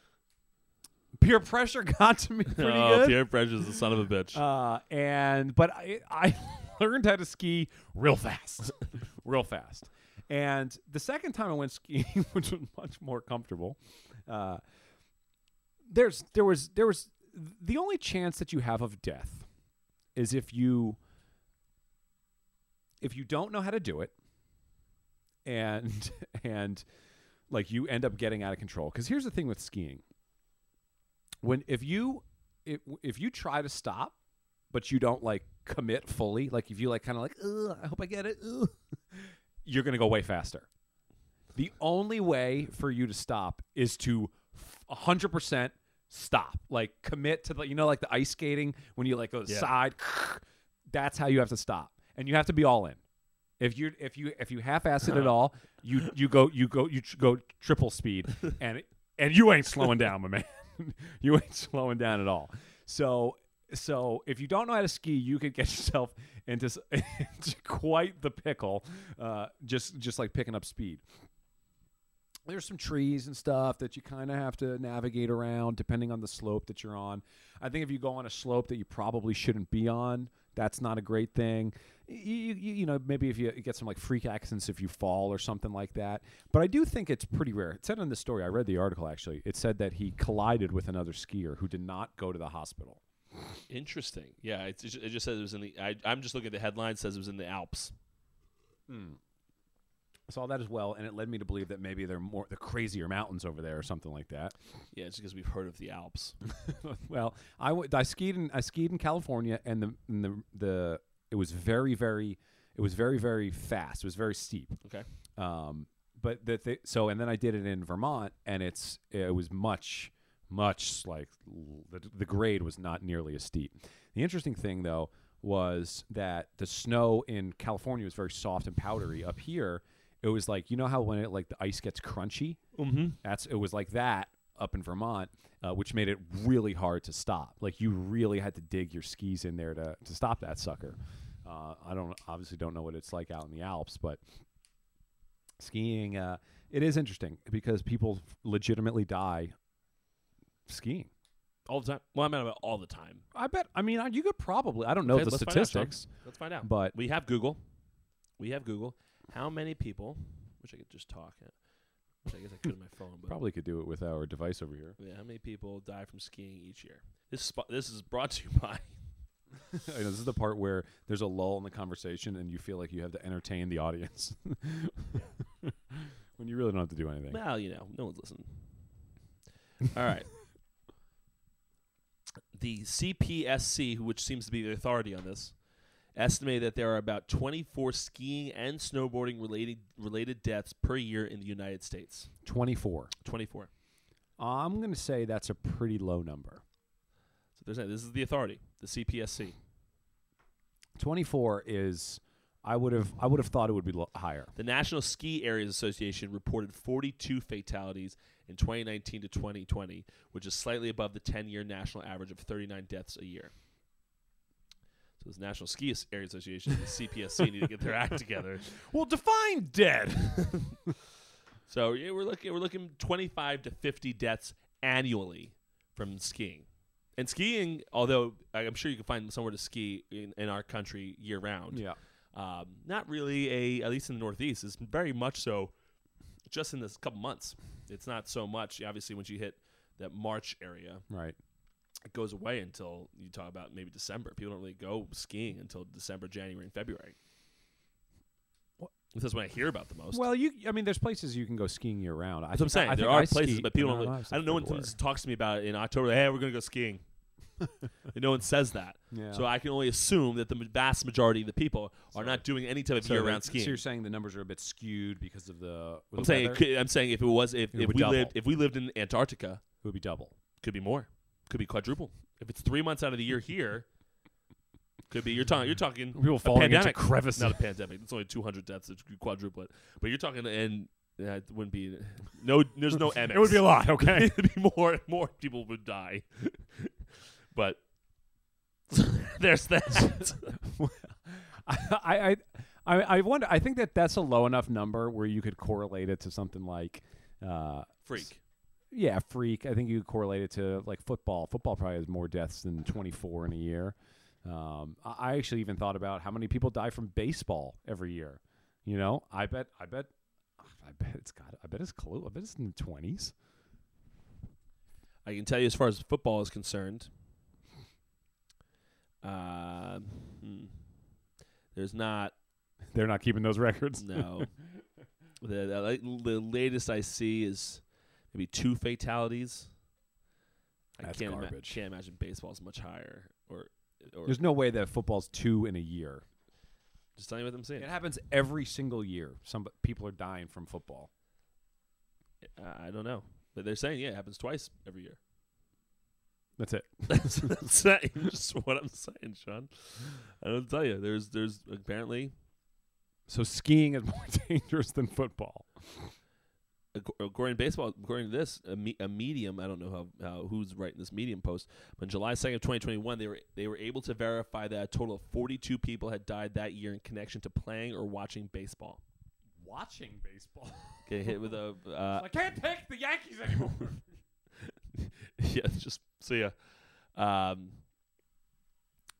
C: peer pressure [laughs] got to me pretty
B: oh,
C: good.
B: Pierre Fresh is the son of a bitch.
C: Uh, and but I, I [laughs] learned how to ski real fast, real fast. And the second time I went skiing, [laughs] which was much more comfortable, uh, there's there was there was the only chance that you have of death is if you if you don't know how to do it, and [laughs] and like you end up getting out of control. Because here's the thing with skiing: when if you if, if you try to stop but you don't like commit fully like if you like kind of like "Ugh, i hope i get it ugh," [laughs] you're gonna go way faster the only way for you to stop is to f- 100% stop like commit to the you know like the ice skating when you like go to the
B: Yeah.
C: side [laughs] that's how you have to stop and you have to be all in if you if you if you half-ass it at all you you go you go you tr- go triple speed and and you ain't slowing down my man you [laughs] ain't slowing down at all so so if you don't know how to ski you could get [laughs] yourself into, s- [laughs] into quite the pickle uh, just just like picking up speed there's some trees and stuff that you kind of have to navigate around depending on the slope that you're on. I think if you go on a slope that you probably shouldn't be on, that's not a great thing. Y- You, you, you know, maybe if you get some like freak accidents if you fall or something like that. But I do think it's pretty rare. It said in the story, I read the article actually, it said that he collided with another skier who did not go to the hospital.
B: Interesting. Yeah, it's, it ju- it just says it was in the. I, I'm just looking at the headline. Says it was in the Alps.
C: I saw that as well, and it led me to believe that maybe they're more the crazier mountains over there or something like that.
B: Yeah, it's because we've heard of the
C: [laughs]
B: Alps.
C: well, I, w- I skied in I skied in California, and the and the the it was very very it was very very fast. It was very steep.
B: Okay.
C: Um, but the th- so and then I did it in Vermont, and it's it was much much like l- the the grade was not nearly as steep. The interesting thing though was that the snow in California was very soft and powdery. Up here, it was like you know how when it like the ice gets crunchy,
B: Mm-hmm.
C: that's it was like that up in Vermont, uh, which made it really hard to stop. Like you really had to dig your skis in there to to stop that sucker. Uh, I don't obviously don't know what it's like out in the Alps, but skiing uh, it is interesting because people legitimately die skiing.
B: all the time. Well, I mean, about all the time.
C: I bet. I mean, I- you could probably. I don't know
B: Okay,
C: the
B: let's find out, Sean.
C: statistics,
B: Let's find out.
C: but
B: We have Google. We have Google. How many people? Which I could just talk. At, which I guess I could on my phone. But
C: probably could do it with our device over here.
B: Yeah, how many people die from skiing each year? This spo- this is brought to you [laughs] by.
C: [laughs] I know, this is the part where there's a lull in the conversation and you feel like you have to entertain the audience [laughs] when you really don't have to do anything.
B: Well, you know, no one's listening. All right. [laughs] The CPSC, which seems to be the authority on this, estimated that there are about 24 skiing and snowboarding related related deaths per year in the United States.
C: 24.
B: 24.
C: I'm going to say that's a pretty low number.
B: So there's that. This is the authority, the CPSC.
C: 24 is I would have I would have thought it would be lo- higher.
B: The National Ski Areas Association reported 42 fatalities in 2019 to 2020, which is slightly above the 10-year national average of 39 deaths a year. So this National Ski As- Area Association and the CPSC need to get their act together.
C: Well, define dead. [laughs]
B: So yeah, we're looking we're looking 25 to 50 deaths annually from skiing. And skiing, although I- I'm sure you can find somewhere to ski in, in our country year round,
C: yeah.
B: um, not really a at least in the Northeast is very much so just in this couple months. It's not so much obviously once you hit that March area,
C: Right.
B: it goes away until you talk about maybe December. People don't really go skiing until December, January, and February. This is when I hear about the most.
C: Well, you I mean there's places you can go skiing year round. I
B: That's what I'm
C: think I-
B: saying.
C: I
B: there
C: think
B: are
C: I
B: places,
C: ski-
B: but people
C: no,
B: don't.
C: no,
B: Really,
C: skied
B: I don't know when
C: everywhere.
B: someone talks to me about it in October. Hey, we're gonna go
C: [laughs]
B: skiing. no one says that,
C: Yeah.
B: so I can only assume that the ma- vast majority of the people are
C: So-
B: not doing any type of
C: So
B: year-round
C: the-
B: skiing.
C: So you're saying the numbers are a bit skewed because of the
B: I'm saying it
C: weather?
B: could, I'm saying if it was if,
C: It
B: if
C: would
B: we lived
C: double.
B: if we lived in Antarctica,
C: it would be double.
B: could be more, could be quadruple. If it's three months out of the year here, could be you're talking you're talking
C: [laughs] People
B: a
C: falling into
B: pandemic.
C: crevices.
B: not a pandemic. It's only 200 deaths, it's quadruplet. But you're talking and yeah, it wouldn't be no. There's
C: [laughs]
B: no MX.
C: It would be a lot, okay?
B: [laughs] It'd be more more people would die. [laughs]
C: [laughs]
B: but there's that.
C: [laughs] I, I, I, I wonder. I think that that's a low enough number where you could correlate it to something like, uh,
B: Freak.
C: yeah, freak. I think you could correlate it to like football. Football probably has more deaths than 24 in a year. Um, I, I actually even thought about how many people die from baseball every year. You know, I bet, I bet, I bet it's got. I bet it's close. I bet it's in the 20s.
B: I can tell you as far as football is concerned. Uh, hmm. There's not
C: [laughs] They're not keeping those records. [laughs]
B: no. the, the la- the latest I see is maybe two fatalities. I
C: That's
B: can't ima-
C: garbage.
B: can't imagine baseball's much higher or or
C: There's no way that football's two in a year.
B: just tell me what I'm saying.
C: It happens every single year. Some people are dying from football.
B: I I don't know, but they're saying yeah, it happens twice every year. [laughs]
C: That's it.
B: That's, that's not even just what I'm saying, Sean. I don't tell you. There's there's apparently
C: So skiing is [laughs] more dangerous than football.
B: ac- according to baseball, according to this, a, me, a medium. I don't know how, how who's writing this medium post, but on July second of twenty twenty one, they were they were able to verify that a total of forty two people had died that year in connection to playing or watching baseball.
C: Watching baseball.
B: Get hit with
C: [laughs]
B: a uh,
C: I can't pick the Yankees [laughs] anymore.
B: [laughs] yeah, just see ya. Um,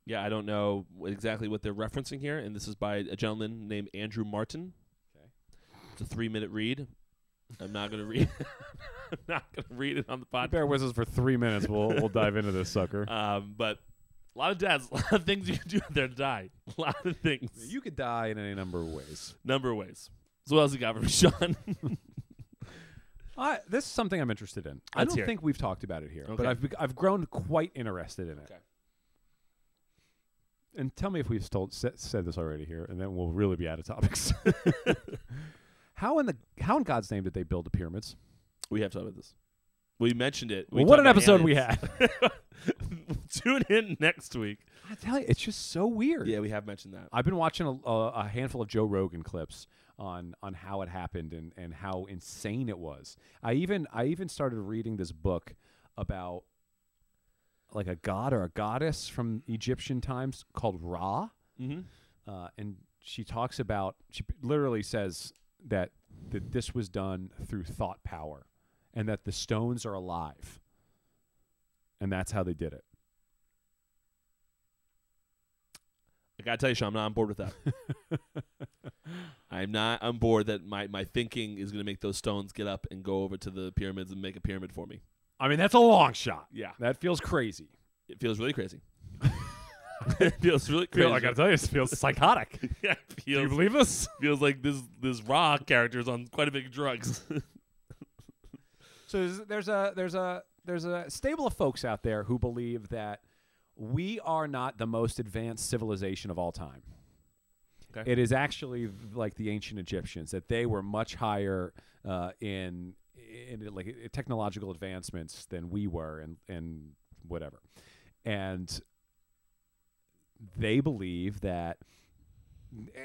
B: yeah, I don't know what- exactly what they're referencing here, and this is by a gentleman named Andrew Martin.
C: Okay.
B: It's a three-minute read. I'm not gonna read. [laughs] I'm not gonna read it on the podcast.
C: Bear with us for three minutes. We'll we'll dive into this [laughs] sucker.
B: Um, but a lot of dads, [laughs] a lot of things you can do out there to die. A lot of things.
C: You could die in any number of ways.
B: Number of ways. So what else you got for [laughs] me, Sean?
C: I, this is something I'm interested in. I
B: Let's
C: don't
B: hear it.
C: think we've talked about it here, but
B: Okay.
C: I've bec- I've grown quite interested in it.
B: Okay.
C: And tell me if we've told, sa- said this already here, and then we'll really be out of topics. [laughs] how in the how in God's name did they build the pyramids?
B: we have to talk about this. We mentioned it. We
C: Well, what
B: talked
C: an
B: about
C: episode we
B: aliens.
C: had!
B: [laughs] Tune in next week.
C: I tell you, it's just so weird.
B: Yeah, we have mentioned that.
C: I've been watching a, a, a handful of Joe Rogan clips on on how it happened and and how insane it was. I even I even started reading this book about like a god or a goddess from Egyptian times called Ra.
B: Mm-hmm.
C: uh, and she talks about she literally says that that this was done through thought power, and that the stones are alive, and that's how they did it.
B: I gotta tell you, Sean, I'm not on board with [laughs] that. I'm not on board that my, my thinking is gonna make those stones get up and go over to the pyramids and make a pyramid for me.
C: I mean, that's a long shot.
B: Yeah,
C: That feels crazy.
B: it feels really [laughs] crazy. it feels really crazy.
C: Feel, I gotta tell you, it [laughs] feels psychotic.
B: [laughs] Yeah, it
C: Do you
B: feels,
C: believe this?
B: [laughs] feels like this this raw character is on quite a bit of drugs. [laughs]
C: So there's, there's a there's a there's a stable of folks out there who believe that we are not the most advanced civilization of all time.
B: Okay.
C: It is actually like the ancient Egyptians that they were much higher uh, in in like i- technological advancements than we were and and whatever, and they believe that.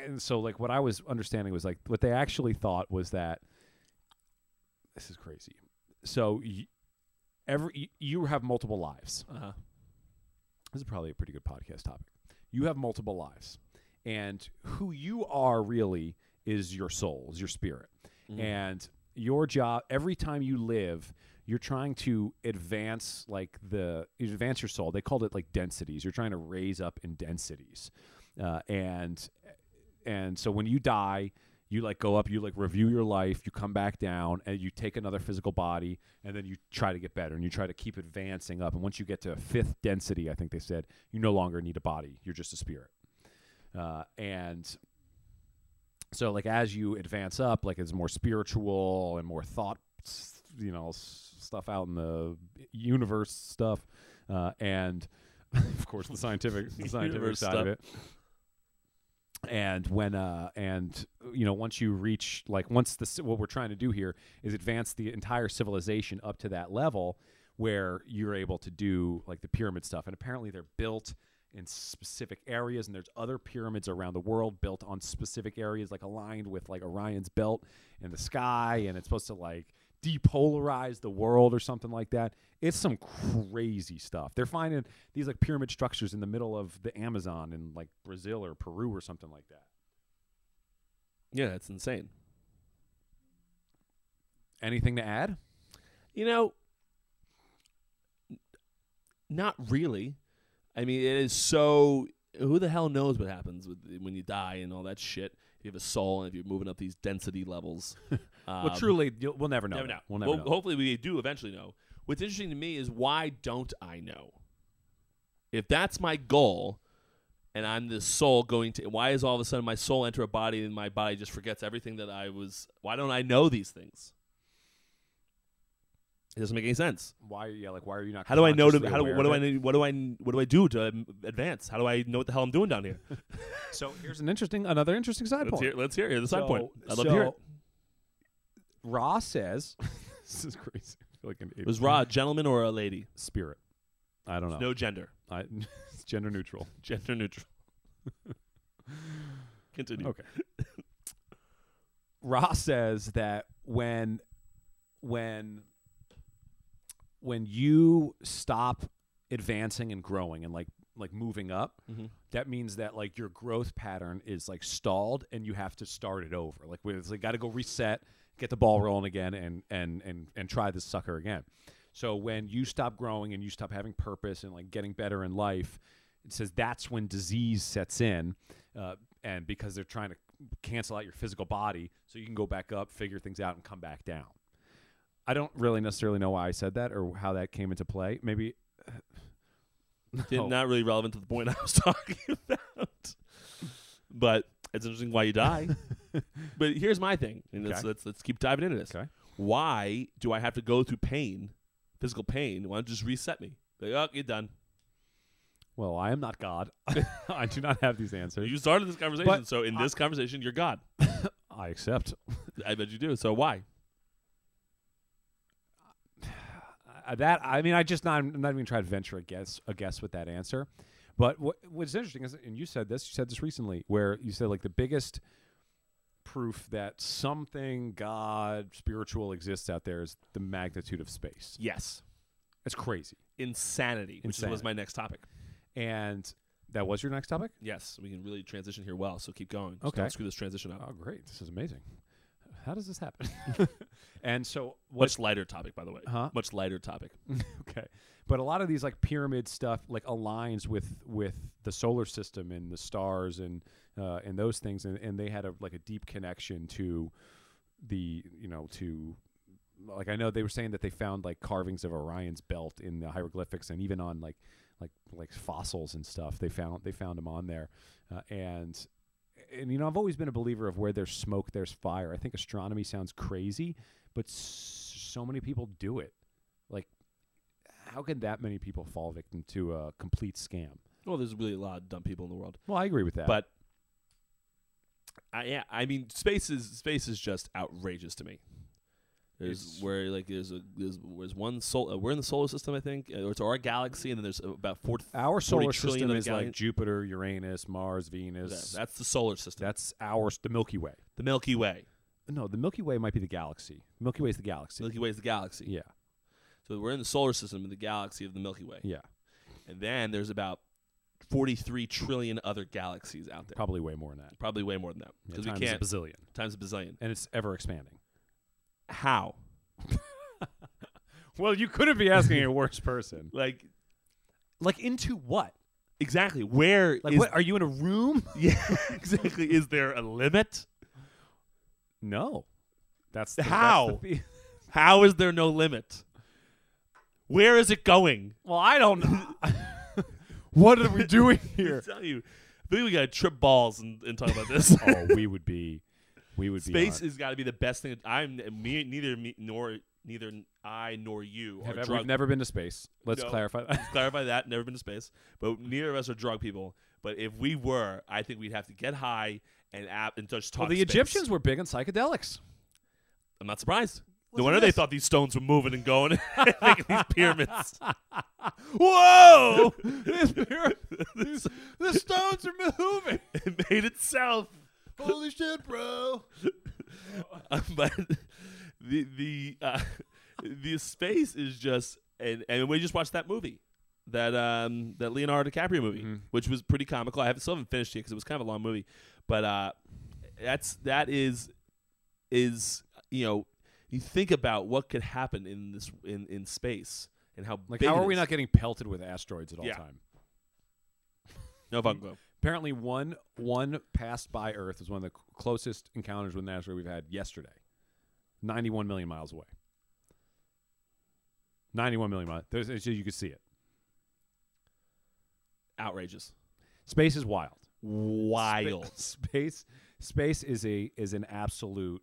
C: And so, like, what I was understanding was like what they actually thought was that this is crazy. So y every y- you have multiple lives.
B: uh-huh.
C: This is probably a pretty good podcast topic. You have multiple lives, and who you are really is your soul, is your spirit, and your job. Every time you live, you're trying to advance like the you advance your soul. They called it like densities. You're trying to raise up in densities, uh, and and so when you die you like go up you like review your life you come back down and you take another physical body and then you try to get better and you try to keep advancing up and once you get to a fifth density i think they said you no longer need a body you're just a spirit uh, and so like as you advance up like it's more spiritual and more thought s- you know s- stuff out in the universe stuff uh, and [laughs] of course the scientific the scientific
B: Universe
C: side of it and when uh and you know once you reach like once the ci- what we're trying to do here is advance the entire civilization up to that level where you're able to do like the pyramid stuff and apparently they're built in specific areas and there's other pyramids around the world built on specific areas like aligned with like orion's belt and the sky and it's supposed to like depolarize the world or something like that it's some crazy stuff they're finding these like pyramid structures in the middle of the amazon in like brazil or peru or something like that
B: Yeah, that's insane.
C: anything to add
B: You know, n- not really. I mean, it is so. Who the hell knows what happens with, when you die and all that shit? If you have a soul and if you're moving up these density levels.
C: [laughs] well
B: Um,
C: truly you'll, we'll never know
B: never
C: that.
B: know.
C: we'll never
B: Well,
C: know
B: Hopefully, we do eventually know. What's interesting to me is why don't I know? If that's my goal, and I'm this soul going to, why is all of a sudden my soul enter a body and my body just forgets everything that I was? Why don't I know these things? It doesn't make any sense.
C: why yeah like why are you not
B: How do I know to?
C: consciously
B: How do,
C: aware
B: what
C: of
B: do I?
C: it?
B: need- What do I? What do I do to um, advance? How do I know what the hell I'm doing down here?
C: so here's an interesting another interesting side
B: Let's
C: point
B: hear. Let's hear. it. The side
C: so,
B: point. I'd love
C: so
B: to hear it.
C: Ra says, [laughs] "This is crazy." I feel like an idiot.
B: Was Ra a gentleman or a lady?
C: spirit. I don't know.
B: No gender.
C: I, [laughs] it's gender neutral.
B: Gender neutral. [laughs] Continue.
C: Okay. Ra says that when, when, when you stop advancing and growing and like like moving up,
B: Mhm.
C: that means that like your growth pattern is like stalled and you have to start it over. Like we it's like got to go reset, get the ball rolling again, and and and and try this sucker again. So when you stop growing and you stop having purpose and like getting better in life, it says that's when disease sets in, uh, and because they're trying to cancel out your physical body so you can go back up, figure things out, and come back down. I don't really necessarily know why I said that or how that came into play. Maybe
B: Did-
C: Oh.
B: Not really relevant to the point [laughs] I was talking about. But it's interesting why you die.
C: [laughs]
B: but here's my thing, and let's,
C: Okay.
B: let's let's keep diving into this.
C: Okay.
B: Why do I have to go through pain, physical pain? Why don't you just reset me? Like, oh, you're done.
C: Well, I am not God. [laughs] I do not have these answers.
B: You started this conversation,
C: But
B: so in this conversation, you're God.
C: I accept.
B: I bet you do. So why?
C: Uh, that I mean, I just not. I'm not even trying to venture a guess. A guess with that answer. But what, what's interesting is, and you said this. You said this recently, where you said like the biggest proof that something God spiritual exists out there is the magnitude of space.
B: Yes,
C: It's crazy.
B: insanity, which is- was
C: Insanity.
B: my next topic.
C: And That was your next topic.
B: Yes, we can really transition here well. So keep going. Just
C: Okay.
B: Don't screw this transition up.
C: Oh, great! This is amazing. How does this happen? [laughs] and so, what?
B: Much lighter topic, by the way.
C: Huh?
B: Much lighter topic.
C: [laughs] okay, but a lot of these like pyramid stuff like aligns with with the solar system and the stars and uh, and those things, and, and they had a like a deep connection to the you know to like I know they were saying that they found like carvings of Orion's belt in the hieroglyphics and even on like like like fossils and stuff. They found they found them on there, uh, and and you know I've always been a believer of where there's smoke, there's fire. I think astronomy sounds crazy, but s- so many people do it. Like, how can that many people fall victim to a complete scam?
B: Well, there's really a lot of dumb people in the world.
C: Well, I agree with that.
B: But I, yeah, I mean, space is space is just outrageous to me. There's
C: It's-
B: where like there's a there's, there's one sol uh, we're in the solar system I think uh, or it's our galaxy and then there's about four th-
C: our solar
B: trillion
C: system
B: other
C: is like
B: galaxies.
C: Jupiter, Uranus, Mars, Venus.
B: that- that's the solar system
C: that's our the Milky Way.
B: the Milky Way
C: No, the Milky Way might be the galaxy. Milky Way is the galaxy.
B: Milky Way is the galaxy
C: yeah,
B: so we're in the solar system in the galaxy of the Milky Way
C: yeah,
B: and then there's about 43 trillion other galaxies out there
C: probably way more than that.
B: probably way more than that
C: Yeah,
B: because
C: times
B: we can't
C: a bazillion,
B: times a bazillion
C: and it's ever expanding.
B: how
C: [laughs] Well, you couldn't [laughs] be asking a worse person.
B: like
C: Like into what?
B: exactly where
C: Like
B: is-
C: what? Are you in a room?
B: [laughs] yeah exactly is there a limit
C: [laughs] No. That's the,
B: How?
C: That's the the-
B: How is there no limit? Where is it going?
C: well, I don't. [laughs] what are we doing [laughs]
B: I
C: [laughs] here?
B: tell you, I think we gotta trip balls and, and talk about
C: [laughs]
B: this.
C: oh, we would be. We would
B: Space
C: be.
B: has got to be the best thing. I'm me, neither me nor neither I nor you
C: Have
B: are
C: ever, we've
B: drug.
C: never been to space. Let's
B: No.
C: clarify
B: [laughs]
C: that.
B: clarify that. Never been to space, but neither of us are drug people. But if we were, I think we'd have to get high and app and just talk.
C: Well, the
B: space.
C: Egyptians were big on psychedelics.
B: I'm not surprised. No
C: Listen
B: wonder
C: to
B: they
C: this.
B: thought these stones were moving and going, [laughs] making
C: [laughs]
B: these pyramids. Whoa!
C: the stones are moving.
B: [laughs] it made itself.
C: Holy shit,
B: [laughs]
C: bro!
B: Uh, but the the uh, the space is just and and we just watched that movie that um that Leonardo DiCaprio movie
C: Mm-hmm.
B: which was pretty comical. I haven't still haven't finished it because it was kind of a long movie, but uh that's that is is you know you think about what could happen in this in in space and how
C: Like,
B: big
C: how
B: it
C: are we
B: is.
C: not getting pelted with asteroids at all
B: Yeah.
C: time?
B: no Funko
C: Apparently, one one passed by Earth was one of the c- closest encounters with an asteroid we've had yesterday. Ninety-one million miles away. Ninety-one million miles. There's, it's- you could see it.
B: outrageous
C: Space is wild.
B: wild
C: Space space is a is an absolute.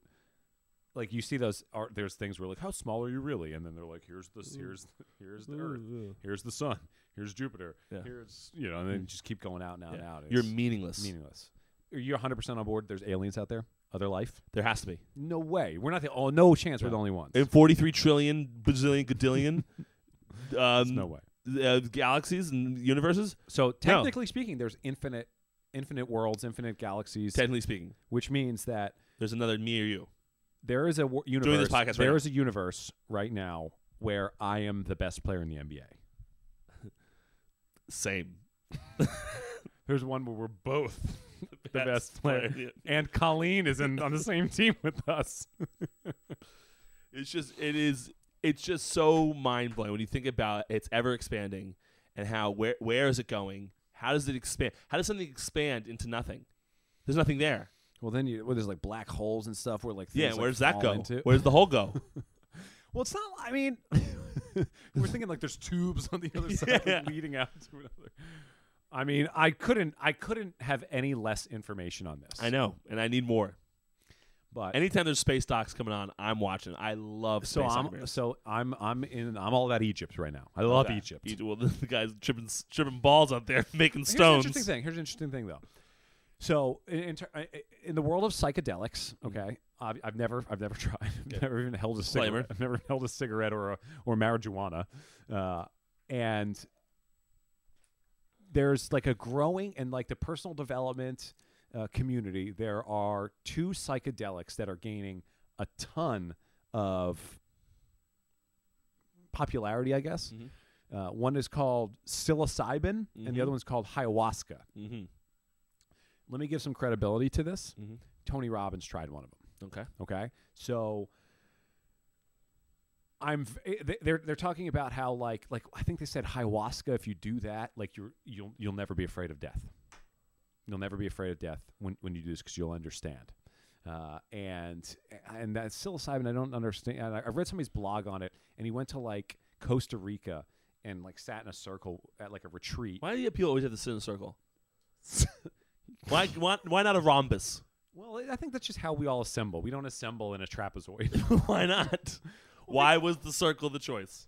C: Like you see those art, there's things where like how small are you really, and then they're like here's the here's here's the Earth, here's the Sun, here's Jupiter,
B: Yeah.
C: here's you know, and then just keep going out and out and
B: Yeah.
C: out.
B: you're
C: It's
B: meaningless.
C: meaningless. Are you 100 percent on board? There's aliens out there, other life.
B: There has to be.
C: No way. We're not the. Oh, no chance. We're the only ones.
B: in 43 trillion bazillion
C: [laughs]
B: gadillion um,
C: no way.
B: uh, galaxies and universes
C: So technically speaking, there's infinite, infinite worlds, infinite galaxies,
B: technically speaking
C: which means that
B: there's another me or you
C: there is a wor- universe.
B: this podcast right
C: there
B: now.
C: is a universe right now where I am the best player in the NBA.
B: same
C: There's one where
B: [laughs]
C: we're both the
B: Best
C: best
B: player.
C: player, and Colleen is in, on the same [laughs] team with us.
B: it's just it is it's just so mind-blowing when you think about it, it's ever expanding and how where where is it going how does it expand how does something expand into nothing there's nothing there
C: Well, then you well, there's like black holes and stuff where like
B: yeah
C: things, like,
B: where does that
C: fall
B: go
C: into-
B: where does the hole
C: [laughs]
B: go
C: Well, it's not. I mean, [laughs] we're thinking like there's tubes on the
B: [laughs]
C: other side
B: Yeah.
C: leading out to another. I mean, I couldn't. I couldn't have any less information on this.
B: i know and i need more
C: but
B: anytime there's space docs coming on i'm watching i love
C: so
B: space
C: I'm
B: documentaries.
C: so I'm I'm in. I'm all about Egypt right now. I love
B: that.
C: Egypt.
B: Egypt. Well, [laughs] the guy's tripping, tripping balls out there, [laughs] making
C: Here's an
B: stones.
C: interesting thing. Here's an interesting thing though. So in in, ter- I- I- in the world of psychedelics,
B: Mm-hmm.
C: okay, I've, I've never I've never [laughs] tried. I've never even held a
B: Disclaimer.
C: cigarette. I've never held a cigarette or a, or marijuana, uh, and there's like a growing and like the personal development uh, community. There are two psychedelics that are gaining a ton of popularity, I guess.
B: Mhm.
C: Uh, one is called psilocybin, and the other one's called ayahuasca.
B: Mm-hmm.
C: Let me give some credibility to this.
B: Mhm.
C: Tony Robbins tried one of them.
B: Mm-hmm. Okay.
C: Okay, so I'm v- eh, they- they're they're talking about how like like I think they said ayahuasca. If you do that, like you're you'll you'll never be afraid of death. You'll never be afraid of death when when you do this because you'll understand. Uh, and and that psilocybin, I don't understand. I, I read somebody's blog on it, and he went to like Costa Rica and like sat in a circle at like a retreat.
B: Why do the people always have to sit in a
C: [laughs]
B: circle? why, why why not a rhombus?
C: Well, I think that's just how we all assemble. We don't assemble in a trapezoid.
B: [laughs] why not? Why was the circle the choice?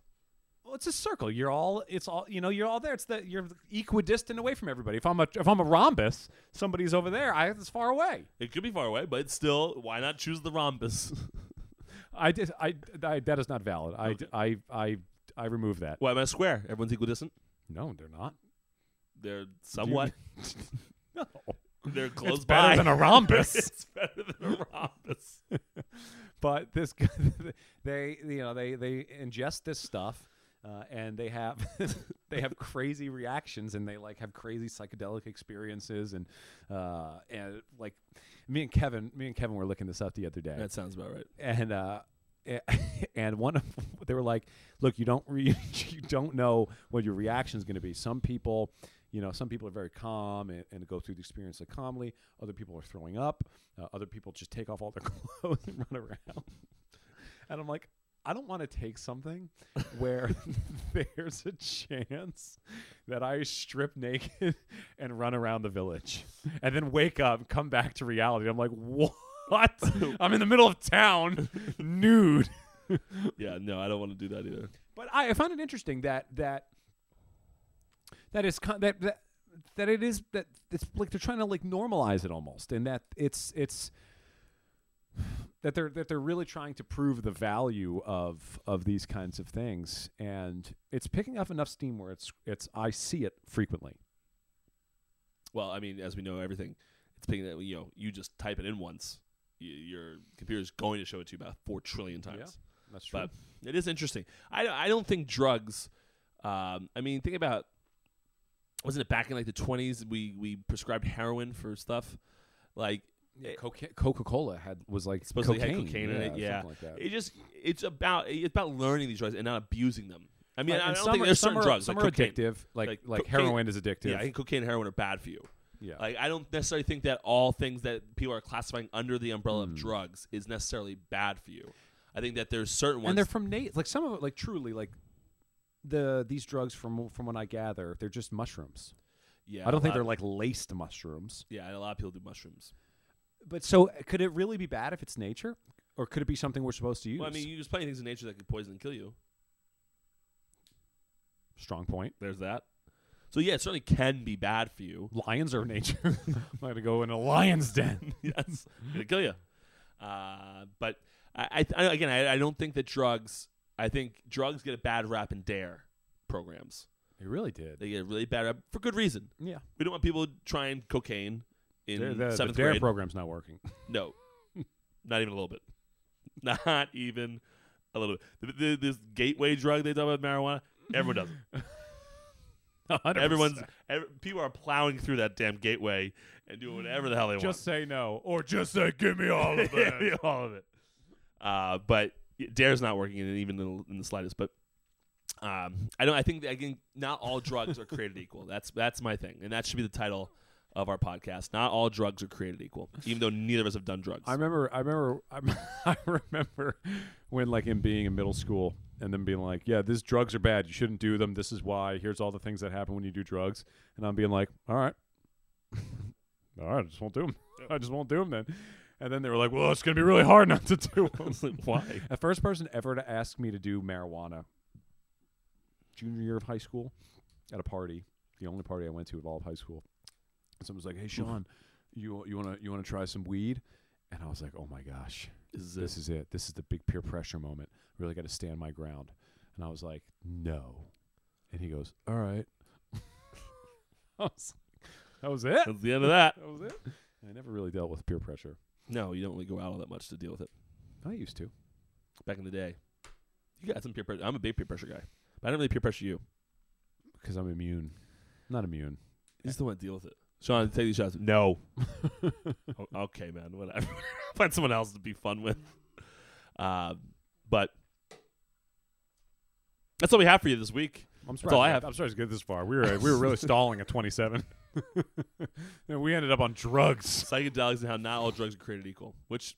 C: Well, it's a circle. You're all. It's all. You know. You're all there. It's the. You're equidistant away from everybody. If I'm a. If I'm a rhombus, somebody's over there. I. It's far away.
B: It could be far away, but still, why not choose the rhombus?
C: I did. I. I that is not valid. I. I. I. I remove that.
B: [laughs] why am I square? Everyone's equidistant.
C: No, they're not.
B: They're somewhat. [laughs]
C: No.
B: They're close
C: better
B: by.
C: than
B: [laughs]
C: a rhombus. [laughs]
B: it's better than a rhombus.
C: But this. g- [laughs] They. You know. They. They ingest this stuff. Uh, and they have [laughs] they have crazy reactions and they like have crazy psychedelic experiences and uh, and like me and Kevin me and Kevin were looking this up the other day
B: That sounds about right.
C: and uh a- [laughs] and one of [laughs] they were like look you don't re- [laughs] you don't know what your reaction is going to be some people you know some people are very calm and, and go through the experience like calmly other people are throwing up uh, other people just take off all their [laughs] clothes and run around and i'm like i don't want to take something where [laughs] there's a chance that i strip naked [laughs] and run around the village and then wake up come back to reality i'm like [laughs] what i'm in the middle of town nude
B: Yeah, no, I don't want to do that either.
C: but I, I found it interesting that that that is con- that that that it is that it's like they're trying to like normalize it almost, and that it's it's that they're that they're really trying to prove the value of of these kinds of things, and it's picking up enough steam where it's it's I see it frequently.
B: Well, I mean, as we know, everything it's being that you know you just type it in once, y- your computer's going to show it to you about four trillion times.
C: That's true.
B: but it is interesting. I I don't think drugs. Um, I mean, think about wasn't it back in like the twenties we we prescribed heroin for stuff like
C: yeah, coca- Coca Cola had was like
B: Eh, supposedly
C: cocaine,
B: had cocaine in it. Yeah,
C: something like that.
B: it just it's about it's about learning these drugs and not abusing them. I mean,
C: And-
B: I
C: and
B: don't
C: some
B: think
C: are-
B: there's
C: some
B: certain
C: are-
B: drugs
C: Some
B: like
C: are
B: cocaine.
C: addictive, like like,
B: Like cocaine-
C: heroin is addictive.
B: Yeah, I think cocaine and heroin are bad for you.
C: yeah.
B: Like I don't necessarily think that all things that people are classifying under the umbrella
C: Hmm.
B: of drugs is necessarily bad for you. I think that there's certain ones.
C: and they're from Nate. Like some of it, like truly, like the these drugs from from what I gather, they're just mushrooms.
B: yeah,
C: I
B: a
C: don't think
B: lot-
C: they're like laced mushrooms.
B: Yeah, a lot of people do mushrooms.
C: But so, could it really be bad if it's nature, or could it be something we're supposed to use?
B: Well, I mean, you use plenty of things in nature that could poison and kill you.
C: strong point.
B: There's that. So yeah, it certainly can be bad for
C: [laughs]
B: you.
C: Lions are nature.
B: [laughs]
C: [laughs] I'm gonna go in a lion's den.
B: yes, gonna kill you. Uh, but I, I, I again, I, I don't think that drugs. I think drugs get a bad rap in dare programs.
C: It really did.
B: They get a really bad rap for good reason.
C: Yeah,
B: We don't want people trying cocaine in
C: the, the,
B: seventh
C: dare
B: grade.
C: program's not working. [laughs]
B: No, not even a little bit. Not even a little bit. The, the, this gateway drug they talk about marijuana, everyone
C: [laughs]
B: does it. Everyone's ev people are plowing through that damn gateway and doing whatever the hell they
C: just say no, or just say give
B: [laughs]
C: me all
B: want.
C: of it.
B: all of it. Uh, but Dare's not working in it even in the, in the slightest. But um, I don't. I think that, again, not all drugs are created equal. That's that's my thing, and that should be the title of our podcast. Not all drugs are created equal, even though neither of us have done drugs. [laughs]
C: I remember, I remember, I'm- I [laughs] remember when like in being in middle school and then being like, yeah, these drugs are bad. You shouldn't do them. This is why. Here's all the things that happen when you do drugs. And I'm being like, all right, [laughs] all right, I just won't do them. I just won't do them then. And then they were like, well, it's gonna be really hard not to
B: [laughs]
C: do them.
B: was like,
C: [laughs]
B: why?
C: The first person ever to ask me to do marijuana, junior year of high school, at a party, the only party I went to at all of high school. And someone was like, "Hey, Sean, you you wanna you wanna try some weed?" And I was like, "Oh my gosh,
B: Is
C: this is it. This is the big peer pressure moment. Really got to stand my ground." And I was like, "No," and he goes, "All right." [laughs] I was like, that was it.
B: That's the end of that.
C: That was it. I never really dealt with peer pressure.
B: No, you don't really go out all that much to deal with it.
C: I used to.
B: Back in the day, you got some peer pressure. I'm a big peer pressure guy, but I didn't really peer pressure you.
C: because I'm immune. Not immune.
B: He's the one to deal with it. Sean, take these shots. [laughs] No. O- okay, man. Whatever. [laughs] Find someone else to be fun with. Uh, but that's all we have for you this week.
C: I'm
B: That's all I have.
C: I'm sorry it's good this far. We were we were really stalling at 27. [laughs] and we ended up on drugs.
B: Psychedelics and how not all drugs are created equal, which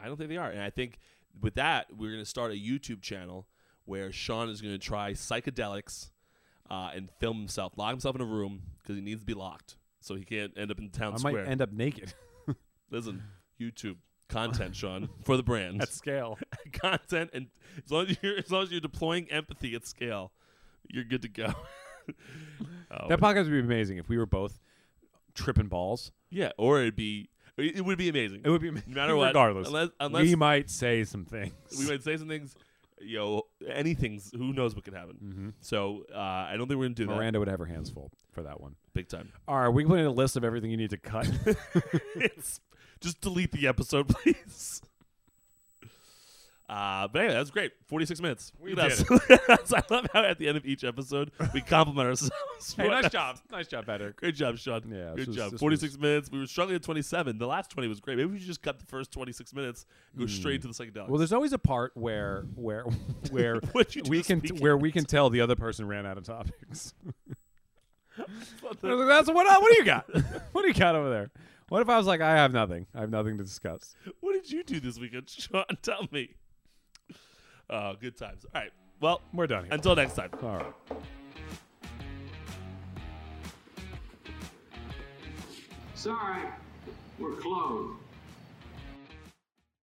B: I don't think they are. And I think with that, we're going to start a YouTube channel where Sean is going to try psychedelics uh, and film himself, lock himself in a room because he needs to be locked so he can't end up in town
C: I
B: square.
C: might end up naked
B: Listen, YouTube content, Sean, for the brand.
C: [laughs] at scale.
B: [laughs] content and as long as you're as long as you're deploying empathy at scale, you're good to go. [laughs] Oh,
C: [laughs] That podcast would be amazing if we were both tripping balls.
B: yeah, or it'd be it would be amazing.
C: It would be amazing.
B: no
C: [laughs]
B: matter what,
C: regardless.
B: unless unless
C: we
B: we,
C: might say some things.
B: might say some things, yo, anything's who knows what could happen.
C: Mhm.
B: So uh, I don't think we're gonna do that
C: Miranda would have her hands full for that one.
B: big time.
C: All right, we can put in a list of everything you need to [laughs] cut.
B: [laughs] it's just delete the episode, [laughs] please. Uh, but anyway, that was great. Forty-six minutes.
C: We
B: Look at
C: did
B: [laughs] us. I love how at the end of each episode we compliment ourselves.
C: hey, nice job. Nice job, Patrick.
B: Great job, Sean.
C: Yeah, this
B: good
C: was-
B: job.
C: this
B: 46 minutes. We were struggling at 27. The last 20 was great. Maybe we should just cut the first 26 minutes, go straight to the psychedelics.
C: Hmm. Well, there's always a part where [laughs] where where
B: What'd you do
C: we
B: this
C: can
B: weekend?
C: where we can tell the other person ran out of topics. I was
B: there's
C: like, That's what. What do you got? [laughs] What do you got over there? What if I was like, I have nothing. I have nothing to discuss.
B: what did you do this weekend, [laughs] Sean? Tell me. Oh, good times. All right. Well,
C: We're done here.
B: until next time.
C: All right.
A: Sorry, we're closed.